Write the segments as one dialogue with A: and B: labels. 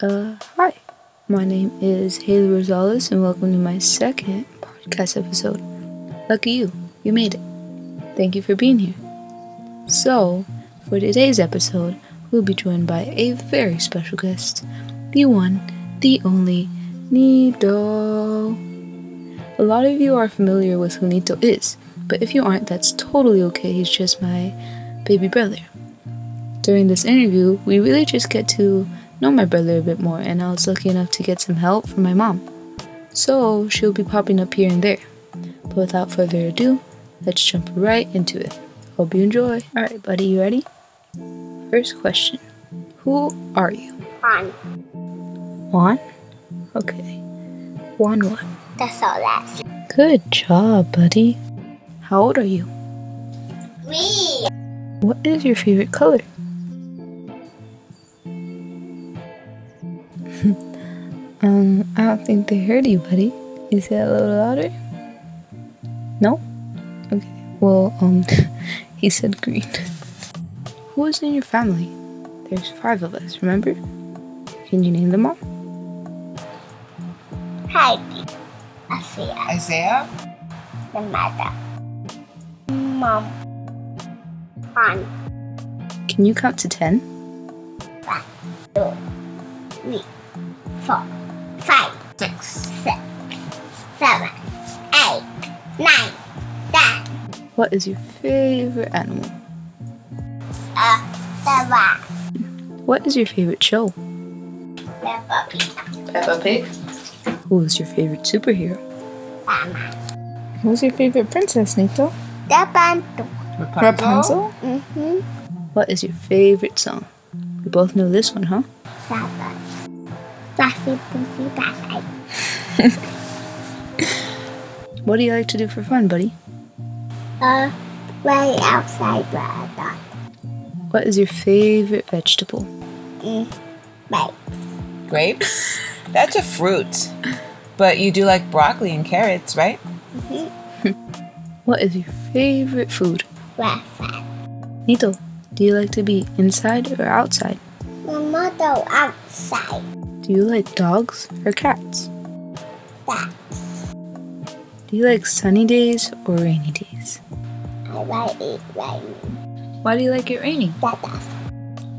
A: Uh, hi, my name is Haley Rosales, and welcome to my second podcast episode. Lucky you, you made it. Thank you for being here. So, for today's episode, we'll be joined by a very special guest the one, the only, Nito. A lot of you are familiar with who Nito is, but if you aren't, that's totally okay. He's just my baby brother. During this interview, we really just get to know my brother a bit more, and I was lucky enough to get some help from my mom. So she'll be popping up here and there. But without further ado, let's jump right into it. Hope you enjoy. Alright, buddy, you ready? First question Who are you?
B: on.
A: Juan? Okay. Juan Juan.
B: That's all that's
A: Good job, buddy. How old are you?
B: me.
A: What is your favorite color? um, I don't think they heard you, buddy. Is that a little louder? No? Okay. Well, um, he said green. Who is in your family? There's five of us, remember? Can you name them all?
B: Heidi. Asia.
C: Isaiah,
B: The mother. Mom. On.
A: Can you count to ten?
B: One. Two. Three. Four. Five.
C: six.
B: Six. Seven. Eight. Nine. Ten.
A: What is your favorite animal?
B: Uh, the rock.
A: What is your favorite show?
B: The puppy.
A: Peppa Pig. Who is your favorite superhero?
B: Mama.
A: Who's your favorite princess, Nito?
B: The bantu. Mm-hmm.
A: What is your favorite song? We both know this one, huh?
B: Seven. Bossy, bossy, bossy.
A: What do you like to do for fun, buddy?
B: Uh, way outside brother.
A: What is your favorite vegetable?
B: Wait.
C: Grapes? That's a fruit. But you do like broccoli and carrots, right?
A: What is your favorite food?
B: Where from?
A: Nito, do you like to be inside or outside?
B: The model outside
A: Do you like dogs or cats?
B: that.
A: Do you like sunny days or rainy days?
B: I like it rain.
A: Why do you like it raining?
B: That does.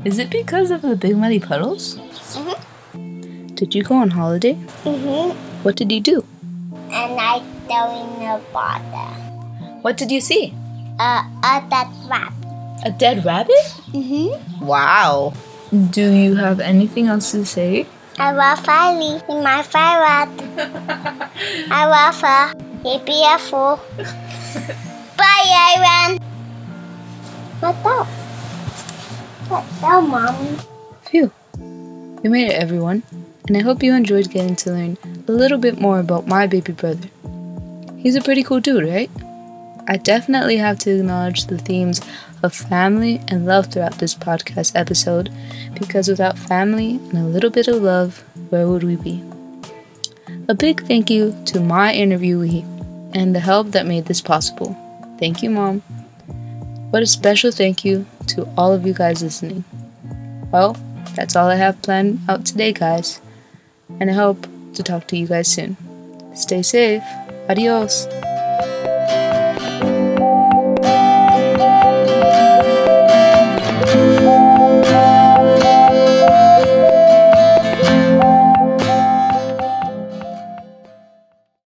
A: Is it because of the big muddy puddles?
B: Mm-hmm.
A: Did you go on holiday?
B: Mm-hmm.
A: What did you do?
B: And I throwing the water.
A: What did you see?
B: Uh, uh, that wrap.
A: A dead rabbit?
B: Mm-hmm.
C: Wow.
A: Do you have anything else to say?
B: I will finally in my fire I will fire. Be careful. Bye, Iron. What the? What the, mommy?
A: Phew. We made it, everyone, and I hope you enjoyed getting to learn a little bit more about my baby brother. He's a pretty cool dude, right? I definitely have to acknowledge the themes of family and love throughout this podcast episode, because without family and a little bit of love, where would we be? A big thank you to my interviewee and the help that made this possible. Thank you, Mom. But a special thank you to all of you guys listening. Well, that's all I have planned out today, guys. And I hope to talk to you guys soon. Stay safe. Adios.